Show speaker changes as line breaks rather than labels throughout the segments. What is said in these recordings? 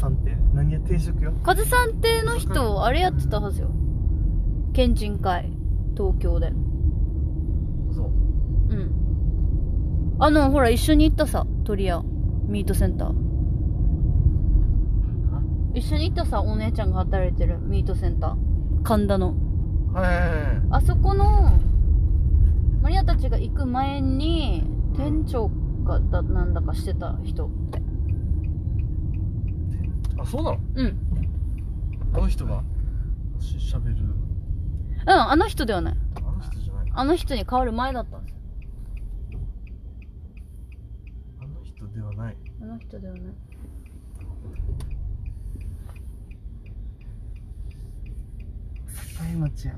さんって何や定食よ
カズさん亭の人、あれやってたはずよ。県人会。東京で。
そう
うん。あの、ほら、一緒に行ったさ、鳥屋。ミートセンター。一緒に行ったさ、お姉ちゃんが働いてるミートセンター。神田の。
はいはいはいはい
あそこの、マリアたちが行く前に、店長かだ、なんだかしてた人。
あそうなの
うん。うん、
あの人がししゃべる
あの人ではない。
あの人じゃない
あの人に変わる前だったんですよ。
あの人ではない
あの人ではない。
境町やん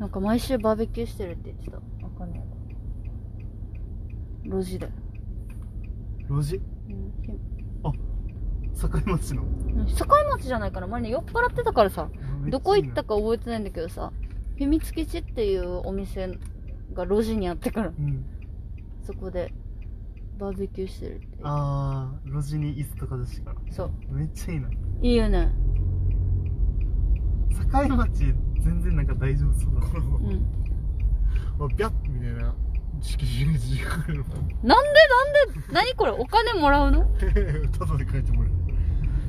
なんか毎週バーベキューしてるって言ってた。わかんない。路地で。
路地
うんひ
境町の
境町じゃないかなマリネ酔っ払ってたからさどこ行ったか覚えてないんだけどさ秘密基地っていうお店が路地にあってから
うん
そこでバーベキューしてるっていう
ああ路地に椅子とかだし
そう
めっちゃいいない
いよね
境町全然なんか大丈夫そうだな
うんなんで
ま あ、ビャッみたいな式紙に字が書いてる
なんで何これお金もらうの
のただで書いてもらえる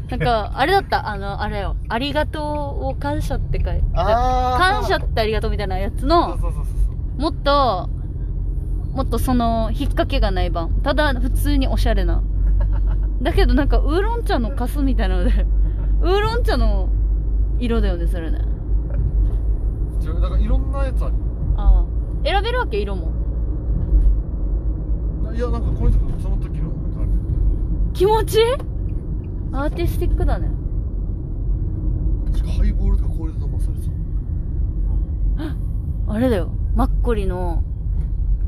なん かあれだったあのあれよ「ありがとうを感謝」って書いて
あ
感謝ってありがとうみたいなやつの
そうそうそうそう
もっと、もっとその、引っ掛けがない版。ただ、普通におしゃれな。だけどなんか、ウーロン茶のカスみたいなので、ウーロン茶の色だよね、それね。
じゃあなんかいろんなやつある
ああ。選べるわけ、色も。
いやなんかこの人のその時のなんかある
気持ちいいアーティスティックだね。
確かハイボールとか氷で飲まされてた
あれだよ。マッコリの、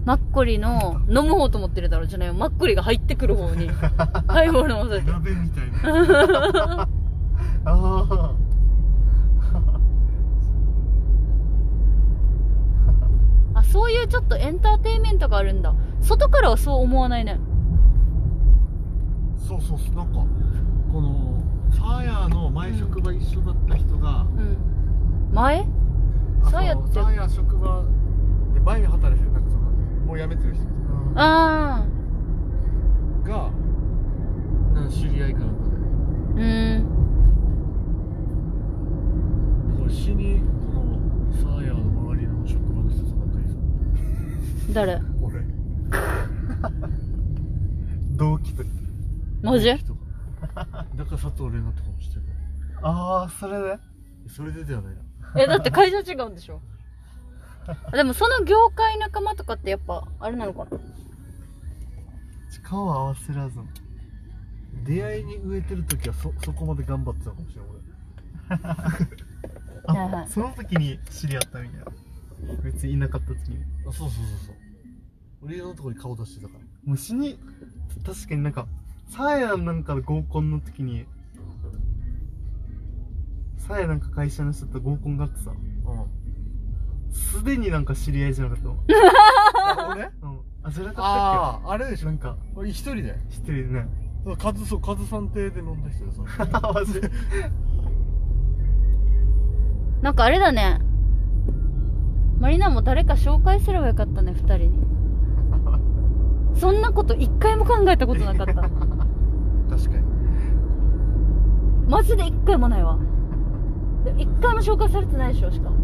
マッコリの、飲む方と思ってるだろ、じゃないよ。マッコリが入ってくる方に、ハイボール飲まされて。
鍋みたいなああ
あ、そういうちょっとエンターテインメントがあるんだ。外からはそう思わないね。
そうそうそうなんかこのサーヤの前職場一緒だった人が、
うん。前
あ
サーヤって
そのサーヤ職場で前に働いてるなんかそのもう辞めてる人
ああ。
がなんか知り合いかなんかで
うーん。
これ死にこのサーヤの周りの職場の人となんかいる
誰
俺
同期と
マジ
人がだから佐藤玲奈とかもしてる
ああそれで
それでではないな
え、だ って会社違うんでしょでもその業界仲間とかってやっぱ、あれなのかな
力を合わせらずの
出会いに植えてる時はそそこまで頑張ってたのかもしれない俺
あ、
はいはい
その時に知り合ったみたいな別にいなかった時に
あそうそうそうそう俺のとこに顔出してたから
もう死に確かになんかサーヤなんかの合コンの時にサーヤなんか会社の人と合コンがあってさ
うん
すでになんか知り合いじゃなかったの
俺
うんあじゃなかっ
あああれで
たっ
し
け
ょ
なんか
俺一人で
知ってるよね
そうカズそうカズさん邸で飲んだ人でその
マジ
なんかあれだね。マリナも誰か紹介すればよかったね、二人に。そんなこと一回も考えたこと なかった。
確かに
マジで一回もないわ。でも一回も紹介されてないでしょ、しかも。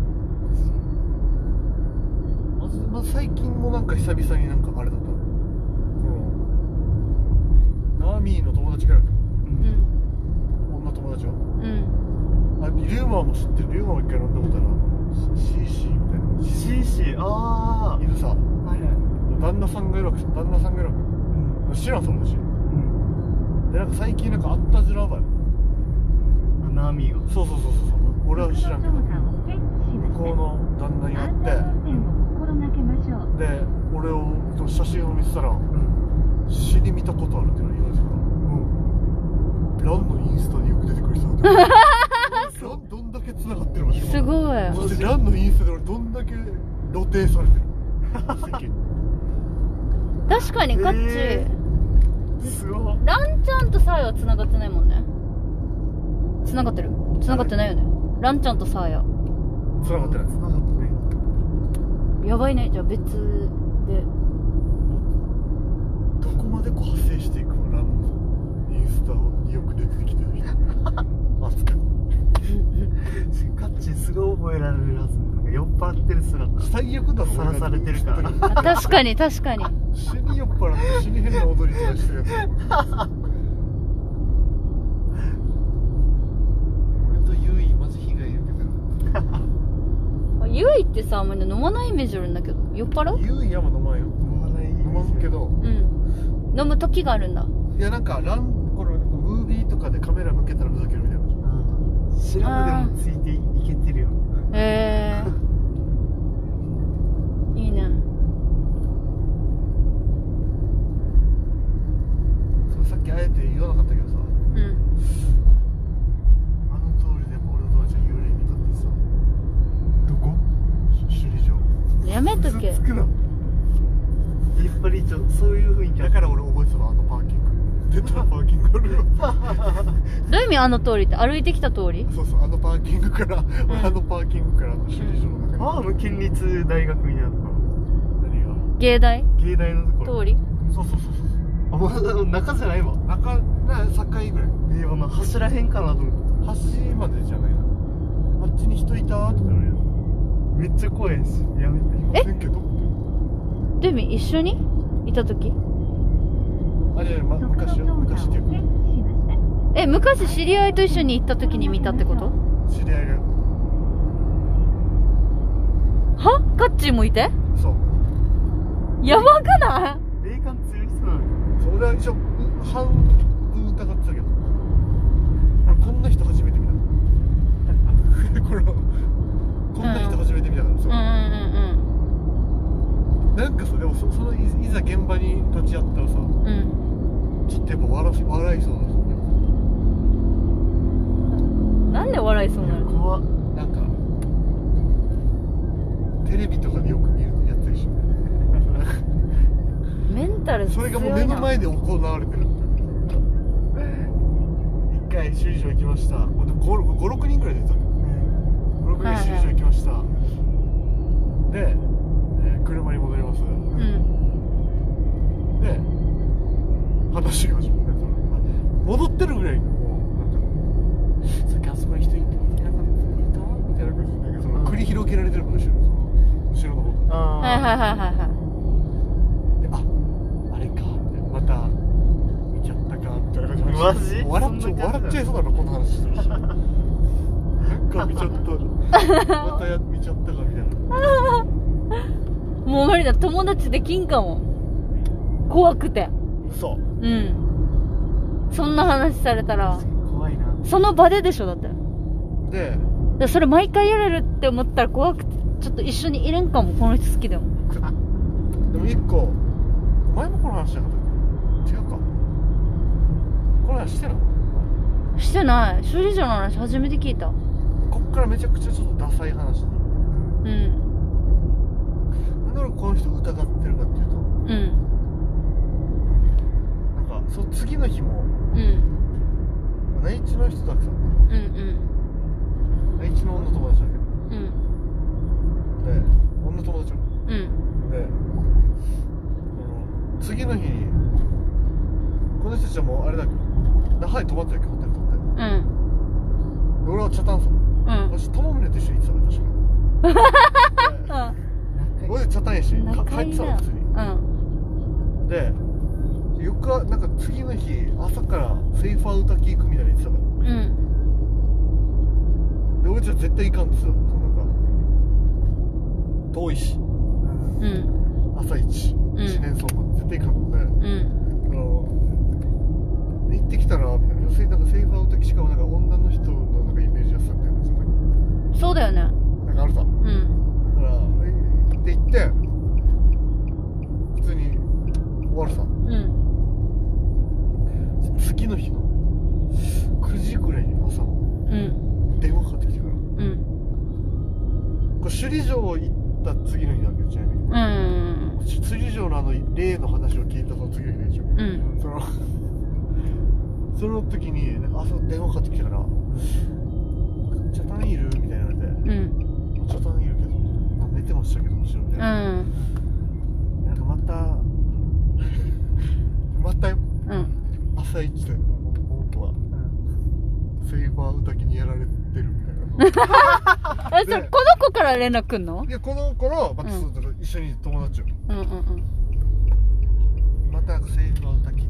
まず、まあ、最近もなんか久々になんかあれだったのこのナーミーの友達から
うん。
女友達は
うん。
あリュウマも知ってるリュウマも一回飲んだことあるあの CC みたいな
CC ああ
いるさ
はいはい
旦那さんがいるわけ旦那さんがいるわ
うん
け知らんその話
うん
でなんか最近なんかあったじらばよ
あナーミーが
そうそうそうそうそう俺は知らんけど向こうの旦那に会っ
心がけましょう。
てで俺をその写真を見せたら
うん
死に見たことあるっていうの言われて
うん
たランのインスタによく出てくる人 だったランどんだけ繋がってるわけ
すごい。
そしてランのインスタで俺どんだけ 露呈されてる世間に
確かにカッチ、
え
すごい
ランちゃんとサーヤは繋がってないもんね繋がってる繋がってないよねランちゃんとサーヤ
繋がってない
繋がってない
やばいねじゃあ別で
どこまでこう派生していくのランのインスタによく出てきてる人あつか
しかっちすごい覚えられるはずなんか酔っ払ってる姿
最悪だ
さらされてるから
俺ら
あ
の
確かに確かに
死に酔っ払って死に変な踊りとかしてるやつ俺とユイマジ被害受けてる
あゆいってさあんまり飲まないイメージあるんだけど酔っ払う
ユイヤも飲まんよ
飲まない
飲まんけど
うん飲む時があるんだ
いやなんかランこのムービーとかでカメラ向けたらふざけるみたいな
うん知らんでもついていけてるよね
へえ いいね
それさっきあえて言わなかったけどさ
うん
あの通りでやっぱ俺の友達が幽霊見たってさ
どこ
し首里城
やめとけ
つくなやっぱりちょそういう雰囲気あ
だ
る
から俺覚えてたわあのパーキング出たらパーキングある よ
どういう意味あの通りって歩いてきた通り
そうそうあのパーキングから、あのパーキングからあの首里城の中に
ああの県立大学みたいなとこ
何が
芸大
芸大のところ
通り
そうそうそうそう
あまだ中じゃないわ
中な境ぐらい
えー、あの柱へんかなと思って
橋までじゃないなあっちに人いたとか言われる
めっちゃ怖いしやめて
えけど
どういう意味一緒にいた時
あれ、ま、昔よ昔っていうか
え昔知り合いと一緒に行った時に見たってこと
知り合いが
はカッチーもいて
そう
やばくな
霊感強い人なのに
そう俺は一応うん半分疑ってたけど俺こんな人初め て見たこれこんな人初めて見たからそう、
い
なんかさでもそそのいいざ現場に立ち会ったらさ
うんうんうんうん
ちょっとやっぱ笑し笑いそうなんですよね
なんで笑いそう
い
な
や
の
怖っ
なんかテレビとかでよく見るやつでしょ
メンタル
そ
強
れ
い
が
な
もう目の前で行われてる一回首里城行きました56人ぐらい出てた
うん
56人首里城行きました、で、えー車に戻ります
うん
で話が始まる戻ってるぐらいのもうなんかさっきあそこに人いていなかったいたみたいな感じでなんかその繰り広げられてるから後ろその後ろの方
あ
はい
あ
はいはいはいはい
でああれかってまた見ちゃったかみたいな
マ
感じ
ジ
笑っちゃ
そんな感じなの
笑っちゃいそうだなこんな話してる しなんか見ちゃ ったまたや見ちゃったかみたいな
もう無理だ友達できんかも怖くて
嘘
うんそんな話されたら
怖いな
その場ででしょだってだか
で
らそれ毎回やれるって思ったら怖くてちょっと一緒にいれんかもこの人好きだよ
でも一個前もこの話しなかったっけ違うかこの話してなかっ
してない処理場の話初めて聞いた
たこっからめちゃくちゃちょっとダサい話に
うん
なんで俺この人疑ってるかっていうと
うん
なんかそう次の日も
うん
内地の人たくさん
うんうん
内地の女友達だけど
うん
で女友達も
うん
であの次の日にこの人たちはもうあれだけど那覇に泊まってるわけどホテル取ってで
うん
俺はチャタンソン
うん
私友宗と一緒に行ってたから確か
あ
俺チャタンやしか
仲
帰
い
っ
い
てた
な
の普通に
うん
で翌はなんか次の日朝からセイファー歌聞行くみたいなの言ってたか
うん
らで俺じゃ絶対行かんって言ってたのそのなんか遠いし
うん
うん
朝一
うん
一年相場絶対行かんので
うん
あの行ってきたらみたいな女性なんかセイファーの時しかもなんか女の人のなんかイメージやってたみたいなその時
そうだよね
なんかあるさだか
うん
らえ行って行って普通に終わるさ
うん
次の日の9時ぐらいに朝の
うん
電話かかってきてからこ
うん
れ首里城行った次の日なんだけどちなみに
うん
辻上のあの例の話を聞いたその次の日でしょ、
うん
その その時になんか朝電話かかってきたから「チャタンいる?」みたいに言われて
うん
「チャタンいるけどあ寝てましたけどむしろ」みたいうな,、
ん
なんかまた また
うん
朝一で本当はセイファー歌きにやられてるみたいな。
えそれこの子から連絡くんの
いやこの頃またそうだから一緒に友達を、
うんうん
またセイバー歌聞いて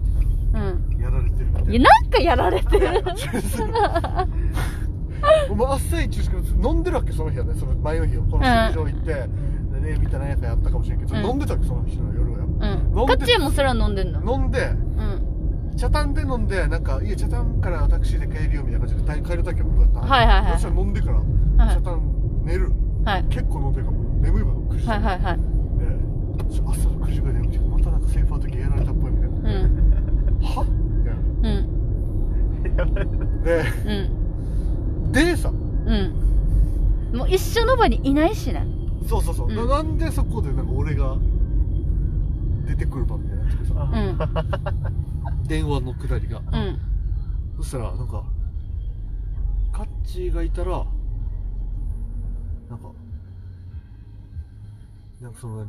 うんうん
やられてるみたい
い や
な
なんかやられてる
お前朝一しか飲んでるわけその日はねその前の日をこの
うん
劇場行って、でねみたいなやかやったかもしれんけど、
うん
飲んでたわけその日の夜は
うん
飲
カ
んで
ッチェもそれは飲んでんの
飲んで
うん
茶炭で飲んでなんかいや茶炭からタクシーで帰るよみたいな感じで帰帰るだけ僕だった
はいはいはい
そしたら飲んでから、
はい
茶炭寝る
はい
結構飲んでるからもう眠いわ9時とか
はいはいはい
でちょ朝の9時ぐらいにまたなんかセーファー時やられたっぽいみたいな
うん
はみたい
うん
な
うん
ででさ
うんもう一緒の場にいないしね
そうそうそう、
うん
ななんでそこでなんか俺が出てくる番みたいになっててさ
うん
電話のくだりが、
うん
そしたらなんかカッチーがいたらなんかなんかその何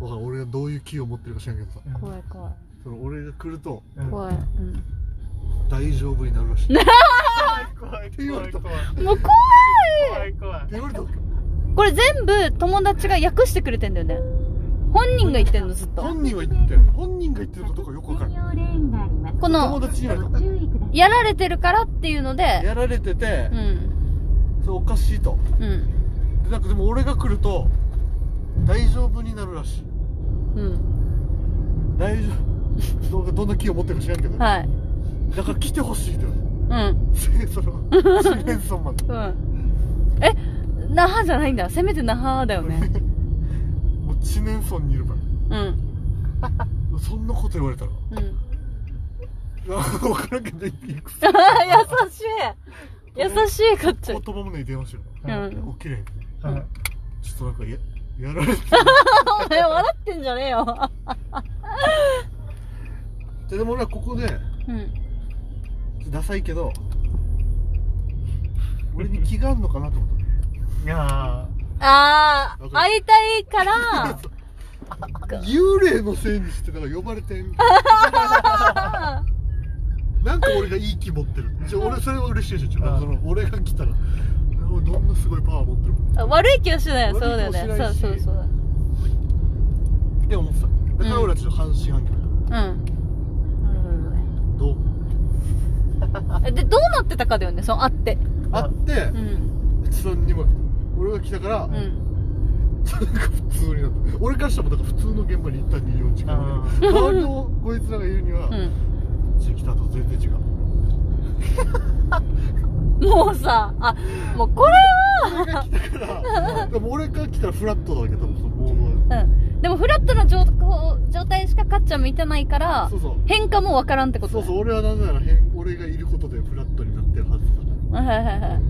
わかんない俺がどういうキーを持ってるか知らんけどさ
怖い怖い
その俺が来ると
怖い、うん、
大丈夫になるらしいって
怖い
言わ
怖
れ
い
た
怖
って
い
もう怖い
怖い怖い
言われたわけ
これ全部友達が訳してくれてんだよね本人が言ってんのずっと
本人は言ってる本人が言ってることがよくわかる
こ
友
の
達に言われた
やられてるからっていうので
やられてて
う、ん
それおかしいと
うん
でなんかでも俺が来ると大丈夫になるらしい
うん
大丈夫どうどんな気を持ってるか知らんけど、
はい
だから来てほしいと
うん
そのシレンソンまで
うんえ那覇じゃないんだせめて那覇だよね
もう知念村にいるか
うん
らそんなこと言われたら
うん
分からんけどいくつ
優しい優しいかっ ちゃ
言葉もね電話してるから、
うん
起きれんちょ
はい
っとなんかややられて
お前笑ってんじゃねえよ
ででも俺はここで
うん
ダサいけど俺に気があるのかなと思った
いや
ああ会いたい から
幽霊のせいにしてだから呼ばれてんなんか俺がいい気持ってるじゃ俺それは嬉しいでしょ
ああ
その俺が来たら俺どんなすごいパワー持ってる
あ悪い気はしないよそうだよね
悪い気
そ
は
う
し
そ
な
う
いし
そう
って思ってただから
うん
俺はちょっと半信半疑だ
うんなるほどね
どう
えでどうなってたかだよねその会って
あって
うん
別さんにも俺が来たから、
う
なんか
ん
普通になった俺からしたらもうだから普通の現場に一旦にいる時間
ああ
周りのこいつらが言うには、
うん
ちょっと来たと全然違う
もうさあもうこれ
だ
は
からでも俺から来たらフラットだけどそのボードは
うんでもフラットな状状態しかかっちゃん見てないから
そうそう
変化もわからんってこと
そう
ね
そう俺はなぜなら変俺がいることでフラットになってるはずだか
はいはいはい
ら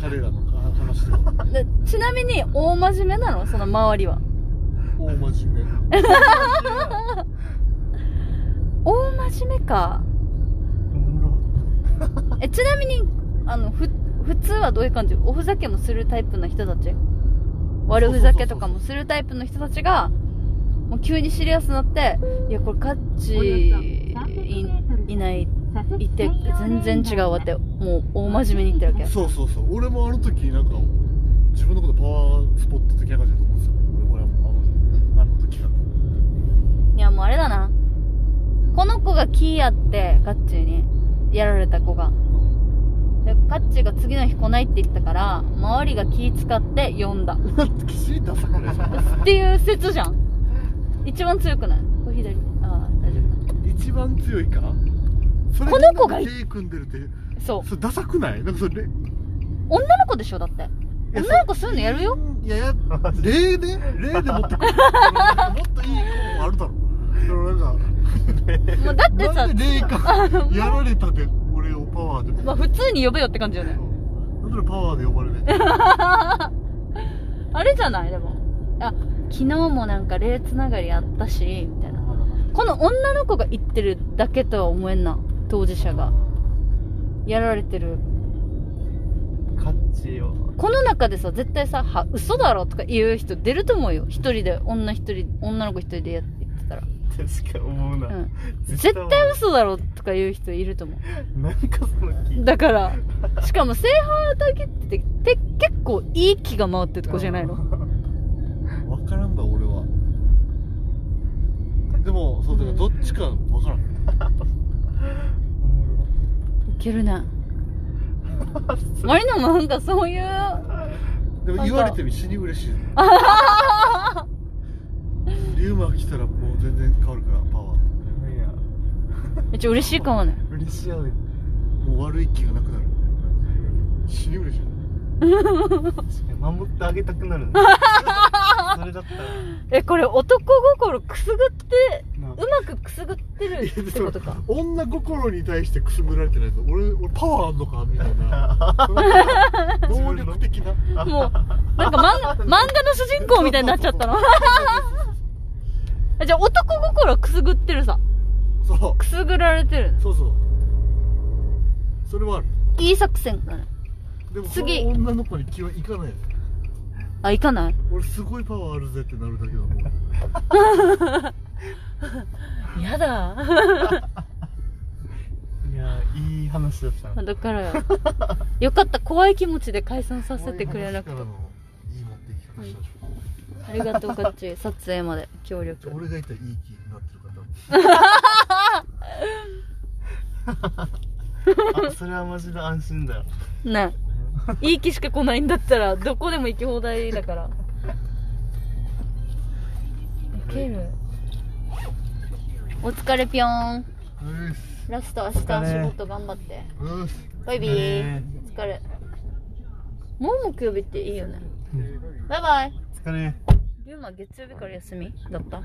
彼らのあ話では
でちなみに大真面目なのその周りは
大真面目
大真面目か
ーおも
えちなみにあのふ普通はどういう感じおふざけもするタイプの人たち悪ふざけとかもするタイプの人たちがもう急にシリアスになっていやこれカッチいいないいて全然違うわってもう大真面目に言ってるわけ
そうそうそう俺もあの時なんか自分のことパワースポット的な感じだと思ってた俺も俺もあのあの時
いやもうあれだなこの子がキーやってカッチにやられた子がでカッチが次の日来ないって言ったから周りが気使って呼んだ
はきしりダサくないですか
っていう説じゃん一番強くないこれ左ああ大丈夫
一番強いかそれ
この子が
みんなで手組んでるって
そう
それダサくないなんかそれ
女の子でしょだって
や
女の子そういうのやるよ
いやいや例で例で持ってくるもっといい方法あるだろそのなんか
もうだってさ
なんで霊感やられたで俺をパワーで
まあ普通に呼べよって感じよね
なんでパワーで呼ばれない
あれじゃないでもあ昨日もなんか霊つながりあったしみたいなこの女の子が言ってるだけとは思えんな当事者がやられてる
カッチよ
この中でさ絶対さは嘘だろとか言う人出ると思うよ一人で女一人女の子一人でやってたら、
確か思うな、
うん、絶対嘘だろとか言う人いると思う
なんかその気
だからしかも正反対切ってて結構いい気が回ってるとこじゃないの
分からんだ俺はでもそうだからどっちか分からん
いけるねマリナもなんかそういう
でも言われても死に 嬉しいリュウマが来たらもう全然変わるからパワー
いや
めっちゃ嬉しいかもね
嬉しいやね
もう悪い気がなくなる死に嬉しい
確かに守ってあげたくなるねそれだったら
えこれ男心くすぐって
な
うまくくすぐってるってことか
女心に対してくすぐられてないぞ俺俺パワーあんのかみたいな 能力的な
もうなんか漫 画漫画の主人公みたいになっちゃったの じゃあ男心くすぐってるさ
そ
くすぐられてる
うそうそうそれはある
いい作戦だね
でも
次
その女の子に気はいかない
あいかない
俺すごいパワーあるぜってなるだけだもん
やだ
いやいい話だったな
だからよよかった怖い気持ちで解散させてくれなく
俺の話からの
て
いい持っていき方したでしょ
ありがとうこっち撮影まで協
じゃあ
力
俺がいたらいい気になってるから
あそれはマジで安心だよ
ねえいい気しか来ないんだったらどこでも行き放題だからウケるお疲れぴょん
うっす
ラスト明日仕
お疲れ
事頑張って
うっす
バイビー
ね
お疲れもう木曜日っていいよね
うん
バイバイ
疲れ
龍馬月曜日から休みだった